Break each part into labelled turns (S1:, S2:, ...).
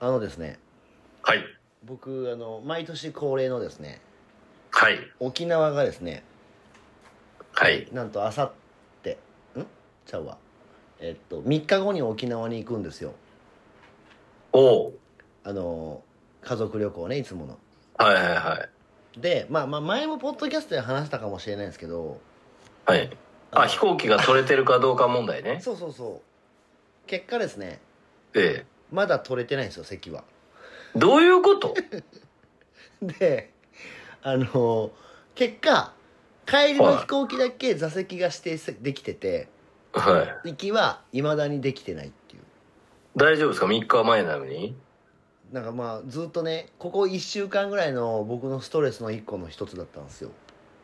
S1: あのですね
S2: はい。
S1: 僕あの毎年恒例のですね
S2: はい。
S1: 沖縄がですね
S2: はい。
S1: なんとあさってんちゃうわえっと3日後に沖縄に行くんですよ
S2: おう
S1: あの家族旅行ねいつもの
S2: はいはいはい。
S1: でまあまあ前もポッドキャストで話したかもしれないですけど
S2: はい。
S1: の
S2: あ、飛行機が取れてるかどうか問題ね。
S1: そうそうそう結果ですね
S2: え
S1: まだ取れてないんですよ席は
S2: え。どういうこと
S1: であの結果帰りの飛行機だけ座席が指定できてて
S2: はい。
S1: 行きはいまだにできてないっていう
S2: 大丈夫ですか ?3 日前なのに。
S1: なんかまあずっとねここ1週間ぐらいの僕のストレスの一個の一つだったんですよ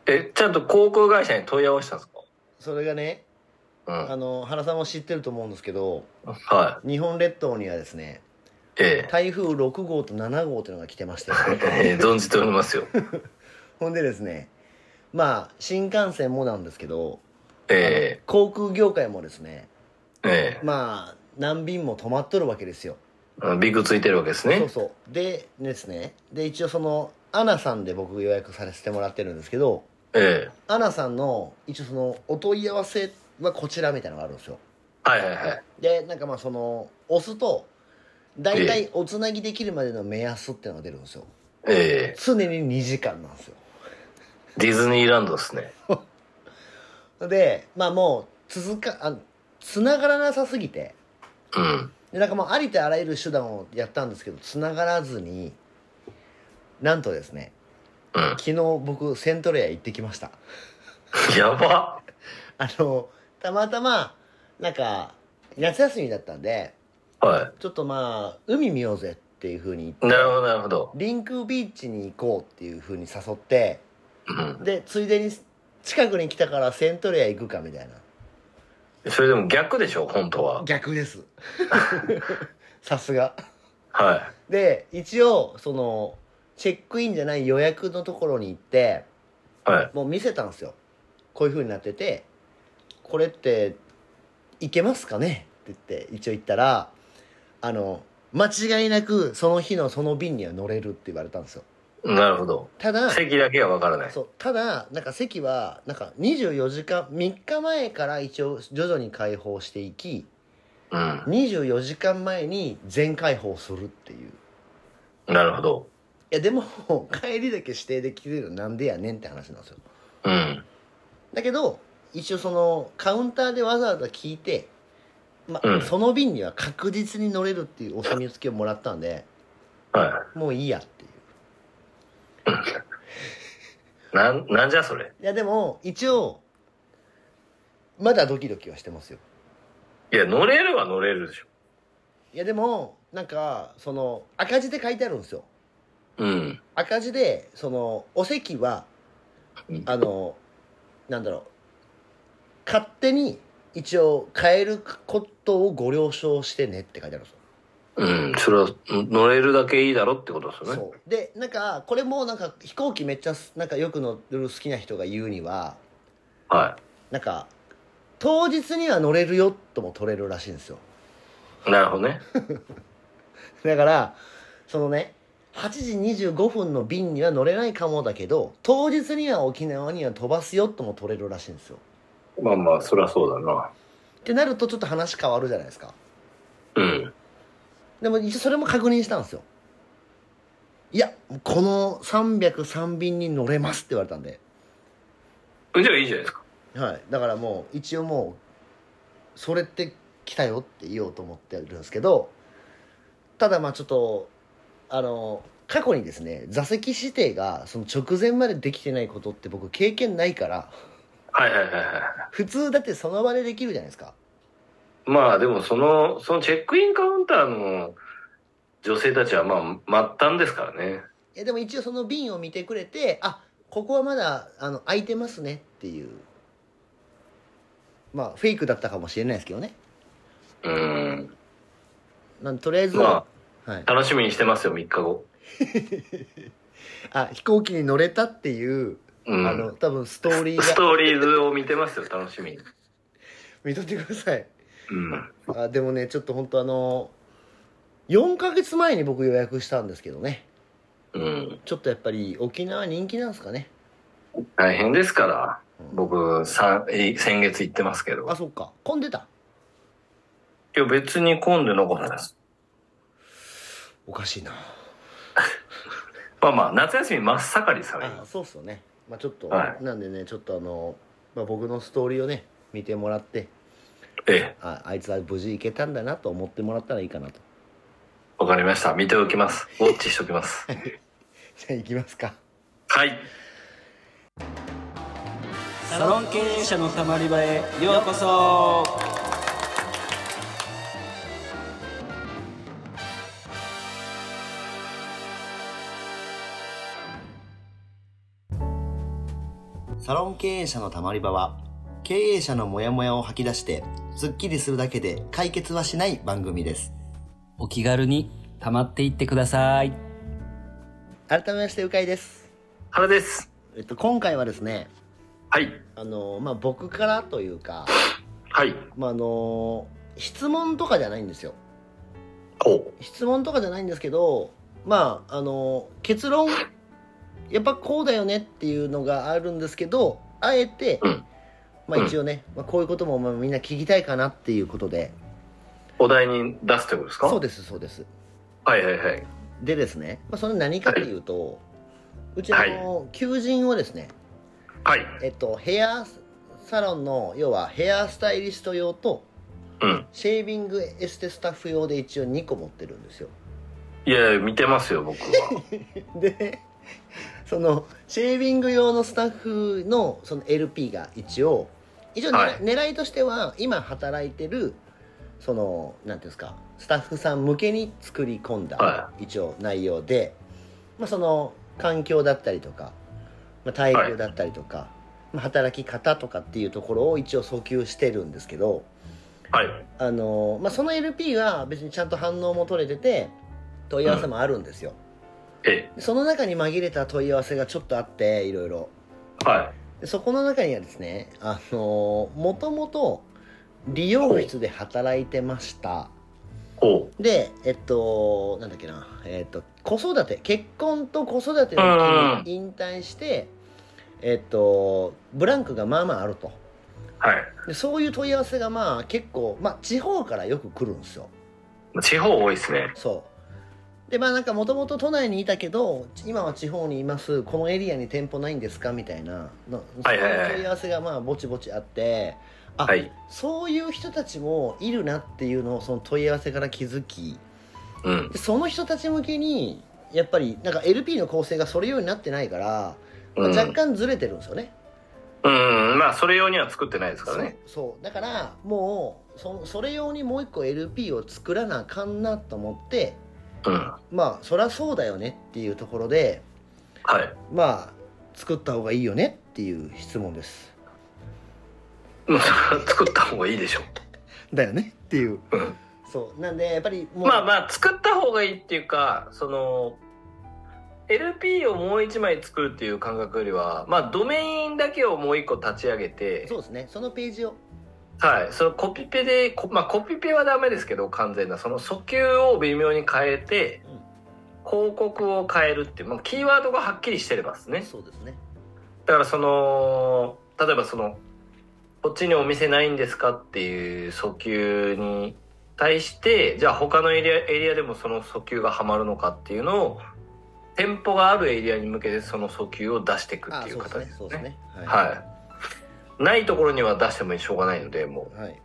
S2: え、ちゃんと航空会社に問い合わせたんですか
S1: それがね
S2: うん。
S1: あの原さんも知ってると思うんですけど
S2: は
S1: 日本列島にはですね
S2: い。え
S1: 台風6号と7号というのが来てまして、
S2: え。ええ存じておりますよ。
S1: ほんでですねまあ新幹線もなんですけど、
S2: え
S1: 航空業界もですね
S2: え。え
S1: まあ何便も止まっとるわけですよ
S2: え。ビッグついてるわけです
S1: そう
S2: ね。
S1: そうでですねで一応そのアナさんで僕予約させてもらってるんですけど
S2: ええ。
S1: アナさんの一応そのお問い合わせはこちらみたいなのがあるんですよ
S2: はいはいはい。
S1: でなんかまあその押すと大体おつなぎできるまでの目安っていうのが出るんですよ
S2: ええ。
S1: 常に2時間なんですよ
S2: ディズニーランドですね。
S1: でまあもう続かあ繋がらなさすぎて
S2: うん。
S1: でなんかもうありとあらゆる手段をやったんですけど繋がらずになんとですね
S2: うん。
S1: 昨日僕セントレア行ってきました
S2: やば。
S1: あのたまたまなんか夏休みだったんで
S2: は
S1: ちょっとまあ海見ようぜっていうふうに
S2: い。
S1: 言っ
S2: なる
S1: て
S2: ほどなるほど。
S1: リンクビーチに行こうっていうふうに誘って
S2: うん。
S1: でついでに近くに来たからセントレア行くかみたいな
S2: それでも逆でしょ本当は。
S1: 逆です さすが
S2: は
S1: で一応そのチェックインじゃない予約のところに行って
S2: い。はい。
S1: もう見せたんですよこういう風になってて「これっていけますかね?」って言って一応言ったらあの間違いなくその日のその便には乗れるって言われたんですよ
S2: なるほど。
S1: ただ
S2: 席だけはわからない。
S1: そうただなんか席はなんか24時間3日前から一応徐々に開放していき
S2: うん。
S1: 24時間前に全開放するっていうい
S2: なるほど。
S1: やでも 帰りだけ指定できるのなんでやねんって話なんですよ
S2: うん。
S1: だけど一応そのカウンターでわざわざ聞いて、ま
S2: うん
S1: その便には確実に乗れるっていうお墨付きをもらったんで
S2: は
S1: もういいやっていう
S2: い。なん、なんじゃそれ。
S1: いやでも一応まだドキドキはしてますよ
S2: いや、乗れるは乗れるでしょ。
S1: いやでもなんかその赤字で書いてあるんですよ
S2: うん。
S1: 赤字でそのお席は
S2: うん
S1: あのなんだろう勝手に一応変えることをご了承してねって書いてあるんですよ
S2: うん。それは、乗れるだけいいだろってことですよね。
S1: そうでなんかこれもなんか飛行機めっちゃなんかよく乗る好きな人が言うには
S2: は
S1: なんか当日には乗れるよとも取れるらしいんですよ
S2: い。なるほどね。
S1: だからそのね8時25分の便には乗れないかもだけど当日には沖縄には飛ばすよとも取れるらしいんですよ
S2: まあまあ、そりゃそうだな。
S1: ってなるとちょっと話変わるじゃないですか
S2: うん。
S1: でも一応それも確認したんですよいやこの303便に乗れますって言われたんで
S2: じゃあいいじゃないですか。
S1: はい、だからもう一応もうそれって来たよって言おうと思ってるんですけどただまあちょっとあの過去にですね座席指定がその直前までできてないことって僕経験ないから
S2: はいはいはいはい。
S1: 普通だってその場でできるじゃないですか
S2: まあでも、その、そのチェックインカウンターの女性たちは、まあ、末端ですからね。
S1: いやでも一応その便を見てくれてあここはまだあの空いてますねっていうまあフェイクだったかもしれないですけどね
S2: うん。
S1: なんとりあえず、
S2: ま
S1: はい
S2: あ、、楽しみにしてますよ、3日後。
S1: あ飛行機に乗れたっていう
S2: うん。
S1: あの多分ストーリーが
S2: ストーリーズを見てますよ、楽しみに。
S1: 見とってください
S2: うん。
S1: あでもねちょっと本当あの4ヶ月前に僕予約したんですけどね
S2: うん。
S1: ちょっとやっぱり沖縄人気なんですかね、
S2: 大変ですから。
S1: うん
S2: 僕、さんえ先月行ってますけど。
S1: あそっか混んでた
S2: いや、別に混んでなかったです。
S1: おかしいな
S2: まあまあ、夏休み真っ盛りされ
S1: あそうっすよねまあちょっと、
S2: は
S1: なんでねちょっとあの、まあ、僕のストーリーをね見てもらって
S2: ええ、
S1: ああいつは無事行けたんだなと思ってもらったらいいかなと
S2: わかりました。見ておきます。ウォッチしておきます。
S1: じゃあ行きますか
S2: はい。
S3: サロン経営者のたまり場へようこそ
S1: サロン経営者のたまり場は経営者のモヤモヤを吐き出してスッキリするだけで解決はしない番組です
S3: お気軽にたまっていってください
S1: 改めましてうかいです、
S2: 原です。
S1: えっと、今回はですね
S2: はい。
S1: あの、まあ、僕からというか、
S2: はい。
S1: まあ、あの質問とかじゃないんですよ
S2: ほ
S1: 質問とかじゃないんですけどまああの結論やっぱこうだよねっていうのがあるんですけどあえて、
S2: うん
S1: まあ
S2: うん
S1: 一応ね、まあ、こういうこともまあみんな聞きたいかなっていうことで
S2: う。お題に出すということですか
S1: そうですそうです
S2: はいはいはい。
S1: でですね、まあ、それ何かというと、うちあの求人をですね
S2: はい。
S1: えっとヘアサロンの要はヘアスタイリスト用と
S2: うん。
S1: シェービングエステスタッフ用で一応2個持ってるんですよ
S2: いやいや、見てますよ、僕 は。
S1: でそのシェービング用のスタッフのその LP が一応一応、ね
S2: はい
S1: 狙いとしては今働いてるそのなんていうんですかスタッフさん向けに作り込んだ、
S2: は
S1: 一応内容で、まあ、その環境だったりとか、まあ、待遇だったりとか、まあ、働き方とかっていうところを一応訴求してるんですけど
S2: はい。
S1: あの、まあ、その LP は別にちゃんと反応も取れてて問い合わせもあるんですよ。
S2: え
S1: その中に紛れた問い合わせがちょっとあっていろいろ
S2: え。は
S1: でそこの中にはですねあのもともと理容室で働いてました
S2: い。ほ
S1: でえっとなんだっけな、えっと、子育て結婚と子育ての時に引退してえっとブランクがまあまああると
S2: う。はい。
S1: でそういう問い合わせがまあ結構、まあ、地方からよく来るんですよ
S2: 地方多いですね。
S1: そうでまあなんかもともと都内にいたけど今は地方にいますこのエリアに店舗ないんですかみたいなのそう
S2: はいはいはい
S1: いう問い合わせがまあぼちぼちあってあ、
S2: はい。
S1: そういう人たちもいるなっていうのをその問い合わせから気づき
S2: うん。
S1: でその人たち向けにやっぱりなんか LP の構成がそれようになってないから、まあ
S2: うん
S1: 若干ずれてるんですよね,
S2: うん。まあ、それ用には作ってないですか
S1: そう、
S2: らね。
S1: そうだからもうそそれ用にもう一個 LP を作らなあかんなと思って
S2: うん。は
S1: まあそりゃそうだよねっていうところで
S2: い。
S1: まあ作った方がいいよねっていう質問です
S2: うん 作った方がいいでしょ
S1: だよねっていう
S2: う。うん。
S1: そうなんでやっぱりもう
S2: まあまあ作った方がいいっていうかその LP をもう一枚作るっていう感覚よりはまあドメインだけをもう一個立ち上げて
S1: そうですねそのページを
S2: はいそのコピペでこまあコピペはダメですけど完全なその訴求を微妙に変えて
S1: うん
S2: 広告を変えるっていう、まあ、キーワードがはっきりしてればですね
S1: そうですね
S2: だからその例えばそのこっちにお店ないんですかっていう訴求に対してじゃあ他のエリアエリアでもその訴求がはまるのかっていうのを店舗があるエリアに向けてその訴求を出していくっ
S1: あ
S2: ていう
S1: そうです
S2: 形
S1: ね
S2: です
S1: そう
S2: ね
S1: ですねはい
S2: はいないところには出してもしょうがないのでも
S1: い、はい、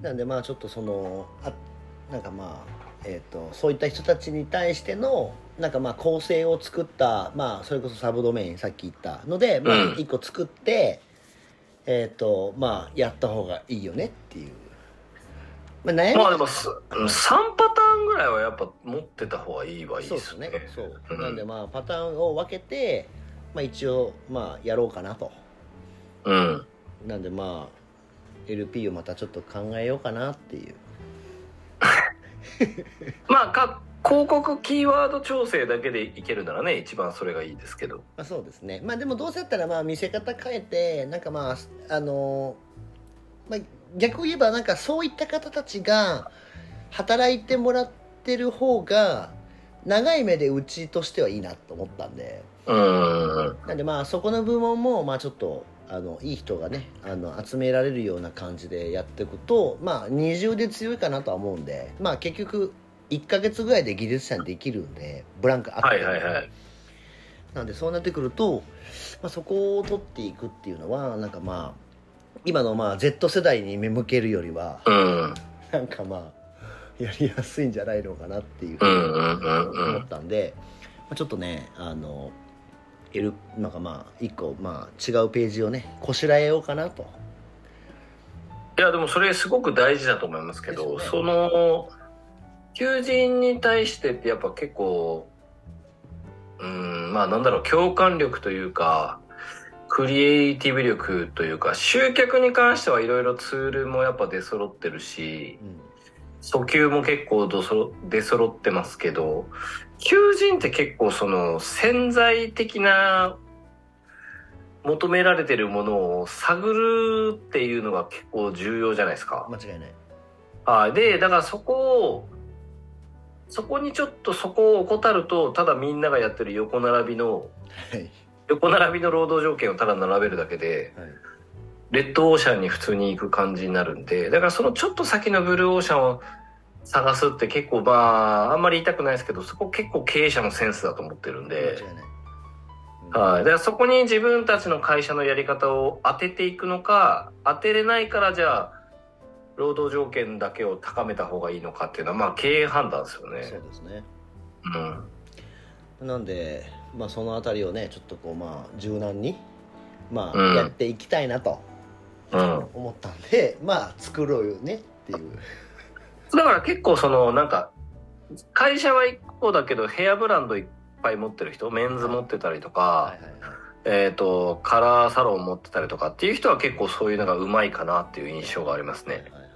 S1: なんでまあちょっとそのあなんかまあえー、とそういった人たちに対してのなんかまあ構成を作った、まあ、それこそサブドメインさっき言ったので、まあ
S2: う、ん
S1: 一個作って、えっ、とまあやった方がいいよねっていう、まあ、悩み
S2: うまあでもす3パターンぐらいはやっぱ持ってた方がいいはいい
S1: そう
S2: で
S1: ですす
S2: ね
S1: ねそう、
S2: うん
S1: なんでまあパターンを分けて、まあ、一応まあやろうかなと
S2: うん
S1: なんでまあ LP をまたちょっと考えようかなっていう
S2: まあか広告キーワード調整だけでいけるならね一番それがいいですけど
S1: まあそうですねまあでもどうせだったらまあ見せ方変えてなんかまああのーまあ逆を言えばなんかそういった方たちが働いてもらってる方が長い目でうちとしてはいいなと思ったんで
S2: うん。
S1: なんでまあそこの部門もまあちょっとあのいい人がねあの集められるような感じでやっていくとまあ二重で強いかなとは思うんでまあ結局1ヶ月ぐらいで技術者にできるんでブランクあっても
S2: はいはいはい。
S1: なんでそうなってくると、まあ、そこを取っていくっていうのはなんかまあ今のまあ Z 世代に目向けるよりは
S2: うん。
S1: なんかまあやりやすいんじゃないのかなっていうふ
S2: うん
S1: う
S2: うんうん
S1: に
S2: う
S1: 思
S2: ん
S1: っ。たんで、まあ、ちょっとねあの L なんかまあ一個まあ違うページをねこしらえようかなと
S2: いやでもそれすごく大事だと思いますけど、
S1: ですよ
S2: その求人に対してってやっぱ結構うんまあなんだろう共感力というかクリエイティブ力というか集客に関してはいろいろツールもやっぱ出揃ってるし
S1: うん
S2: 訴求も結構どそろ出揃ってますけど求人って結構その潜在的な求められてるものを探るっていうのが結構重要じゃないですか。
S1: 間違いない
S2: はい、でだからそこをそこにちょっとそこを怠るとただみんながやってる横並びの
S1: はい
S2: 横並びの労働条件をただ並べるだけで
S1: はい
S2: レッドオーシャンに普通に行く感じになるんでだからそのちょっと先のブルーオーシャンを探すって結構まああんまり言いたくないですけどそこ結構経営者のセンスだと思ってるんで、
S1: 間違いない、うん
S2: はい、だからそこに自分たちの会社のやり方を当てていくのか当てれないからじゃあ労働条件だけを高めた方がいいのかっていうのはまあ経営判断ですよ
S1: そう
S2: ね。
S1: ですね
S2: うん
S1: なんで、まあ、その辺りをねちょっとこうまあ柔軟に、まあ
S2: うん
S1: やっていきたいなと
S2: うん
S1: 思ったんで、まあ作ろうよねっていう
S2: だから結構そのなんか会社は1個だけどヘアブランドいっぱい持ってる人メンズ持ってたりとか、
S1: はいはいはい
S2: えー、とカラーサロン持ってたりとかっていう人は結構そういうのがうまいかなっていう印象がありますね。
S1: はいはいはい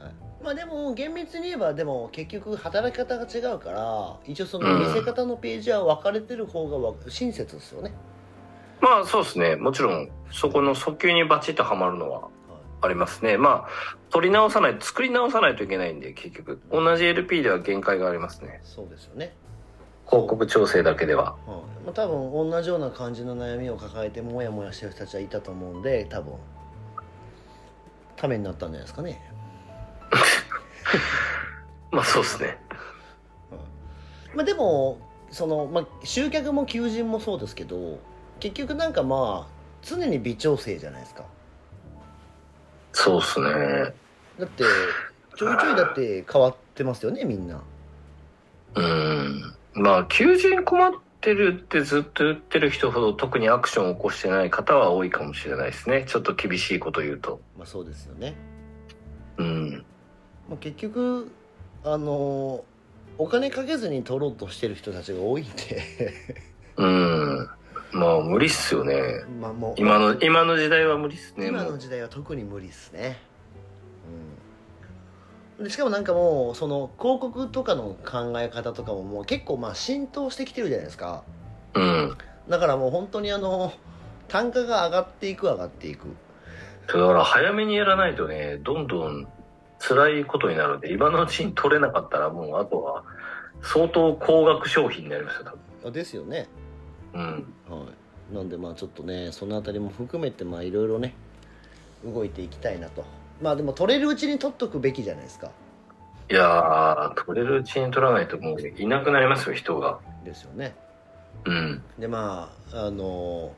S1: まあでも厳密に言えばでも結局働き方が違うから一応その見せ方のページは分かれてる方がわ親切ですよね、
S2: まあそうですねもちろんそこの訴求にバチッとはまるのはありますねまあ取り直さない作り直さないといけないんで結局同じ LP では限界がありますね
S1: そうですよね、
S2: 広告調整だけでは
S1: うんまあ、多分同じような感じの悩みを抱えてモヤモヤしてる人たちはいたと思うんで多分ためになったんじゃないですかね
S2: まあそうですね
S1: まあ、でもその、まあ、集客も求人もそうですけど結局なんかまあ常に微調整じゃないですか
S2: そうですね
S1: だってちょいちょいだって変わってますよねみんな
S2: うんまあ求人困ってるってずっと言ってる人ほど特にアクションを起こしてない方は多いかもしれないですねちょっと厳しいこと言うと
S1: まあそうですよね、
S2: うん
S1: まあ、結局あのお金かけずに取ろうとしてる人たちが多いんで
S2: うん。まあ無理っすよね。
S1: まあもう
S2: 今の、今の時代は無理っすね。
S1: 今
S2: も
S1: の
S2: う
S1: 時代は特に無理ですね、うん、でしかもなんかもうその広告とかの考え方とかももう結構まあ浸透してきてるじゃないですか
S2: うん。
S1: だからもう本当にあの単価が上がっていく上がっていく
S2: だから早めにやらないとね、どんどん辛いことになるんで、今のうちに取れなかったらもうあとは相当高額商品になりますよ、多分。
S1: あですよね
S2: うん。
S1: はいなんでまあちょっとねそのあたりも含めてまあいろいろね動いていきたいなとまあでも取れるうちに取っとくべきじゃないですか
S2: いやー、取れるうちに取らないともういなくなりますよ、人が。
S1: ですよね
S2: うん。
S1: でまああの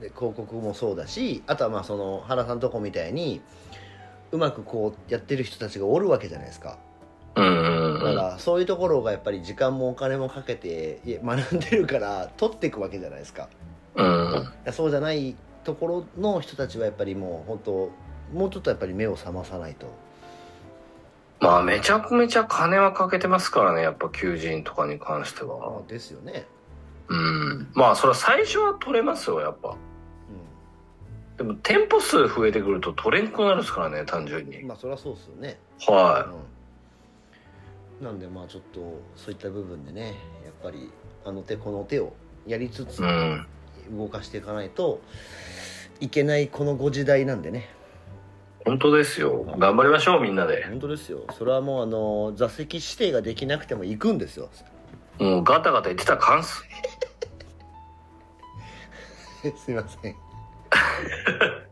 S1: で広告もそうだしあとはまあその原さんとこみたいにうまくこうやってる人たちがおるわけじゃないですか
S2: うんうん
S1: だ
S2: う
S1: か
S2: ん。
S1: らそういうところがやっぱり時間もお金もかけていや学んでるから取っていくわけじゃないですか
S2: うん。
S1: いやそうじゃないところの人たちはやっぱりもう本当もうちょっとやっぱり目を覚まさないと
S2: まあめちゃくめちゃ金はかけてますからね、やっぱ求人とかに関しては。
S1: ですよね、
S2: うん。まあそれは最初は取れますよ、やっぱ。でも店舗数増えてくると取れんくなるですからね単純
S1: うん、
S2: に
S1: まあそれはそうですよね、
S2: は
S1: うん、なんでまあちょっとそういった部分でねやっぱりあの手この手をやりつつ
S2: いうん
S1: 動かしていかないといけないこのご時代なんでね、
S2: 本当ですよ頑張りましょうみんなで
S1: 本当ですよそれはもうあの座席指定ができなくても行くんですよ
S2: もうガタガタ言ってたらカンス
S1: すいませんは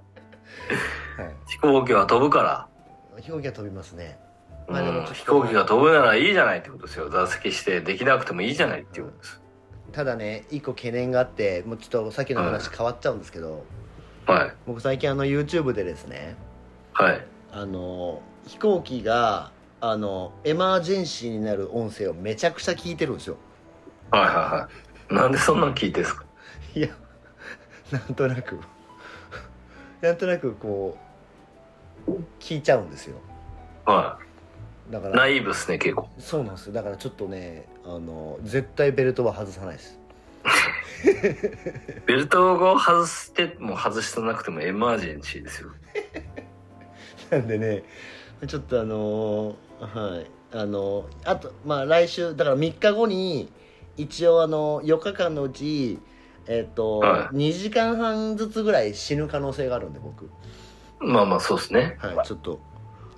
S2: 飛行機は飛ぶから
S1: い飛行機は飛びますねまあでも
S2: う
S1: ちょっ
S2: ん
S1: と
S2: 飛行機が飛ぶならいいじゃないってことですよ座席してできなくてもいいじゃないっていうことです
S1: ただね一個懸念があってもうちょっとさっきの話変わっちゃうんですけど、
S2: はい
S1: 僕最近あの YouTube でですね
S2: はい
S1: あの飛行機があのエマージェンシーになる音声をめちゃくちゃ聞いてるんですよ
S2: はいはいはいなんでそんなん聞いてんすか
S1: いやなんとなくなんとなくこう聞いちゃうんですよ
S2: は
S1: だか
S2: い
S1: ら
S2: ナイーブっすね結構
S1: そうなんですよだからちょっとねあの絶対ベルトは外さないです
S2: ベルトを外しても外してなくてもエマージェンシーですよ
S1: なんでねちょっとあのはいあのあとまあ来週だから3日後に一応あの4日間のうちえっ、と、
S2: は
S1: 2時間半ずつぐらい死ぬ可能性があるんで僕
S2: まあまあそうですね
S1: はいちょっと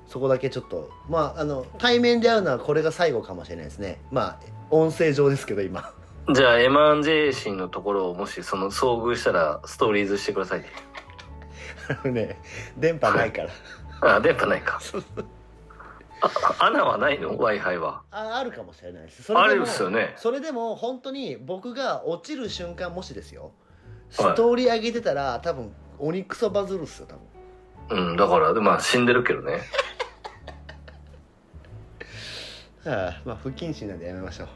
S1: そこだけちょっとまああの対面で会うのはこれが最後かもしれないですねまあ音声上ですけど今
S2: じゃあエマージェンシーのところをもしその遭遇したらストーリーズしてください
S1: あのね電波ないから
S2: あ電波ないか
S1: そう
S2: あ穴はないの w i f i は
S1: ああるかもしれないですそ
S2: あ
S1: れで
S2: る
S1: も
S2: っすよね
S1: それでも本当に僕が落ちる瞬間もしですよ
S2: はい
S1: ストーリー上げてたら多分鬼クソバズるっすよ多分
S2: うんだからまあ死んでるけどね
S1: はあまあ不謹慎なんでやめましょ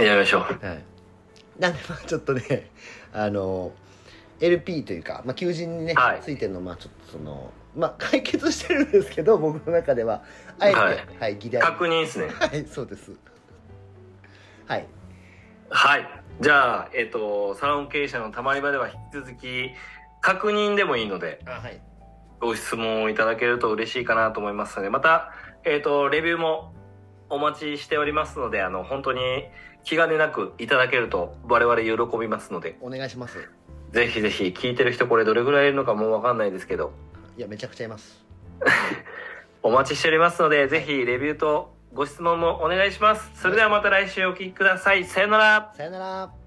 S2: やめましょう
S1: うはいなんでまあちょっとねあの LP というか、まあ、求人にね、
S2: はい
S1: ついてるのまあちょっとそのまあ解決してるんですけど僕の中ではあえて
S2: は
S1: はいい、議題
S2: 確認ですね
S1: はいそうですはい
S2: はい。じゃあ、えっ、と、サロン経営者のたまり場では引き続き、確認でもいいので、
S1: あはい
S2: ご質問をいただけると嬉しいかなと思いますので、また、えっ、と、レビューもお待ちしておりますので、あの、本当に気兼ねなくいただけると我々喜びますので、
S1: お願いします
S2: ぜひぜひ聞いてる人これどれぐらいいるのかもうわかんないですけど、
S1: いやめちゃくちゃいます
S2: お待ちしておりますので、ぜひレビューとご質問もお願いします。それではまた来週お聞きください。さよなら。
S1: さよなら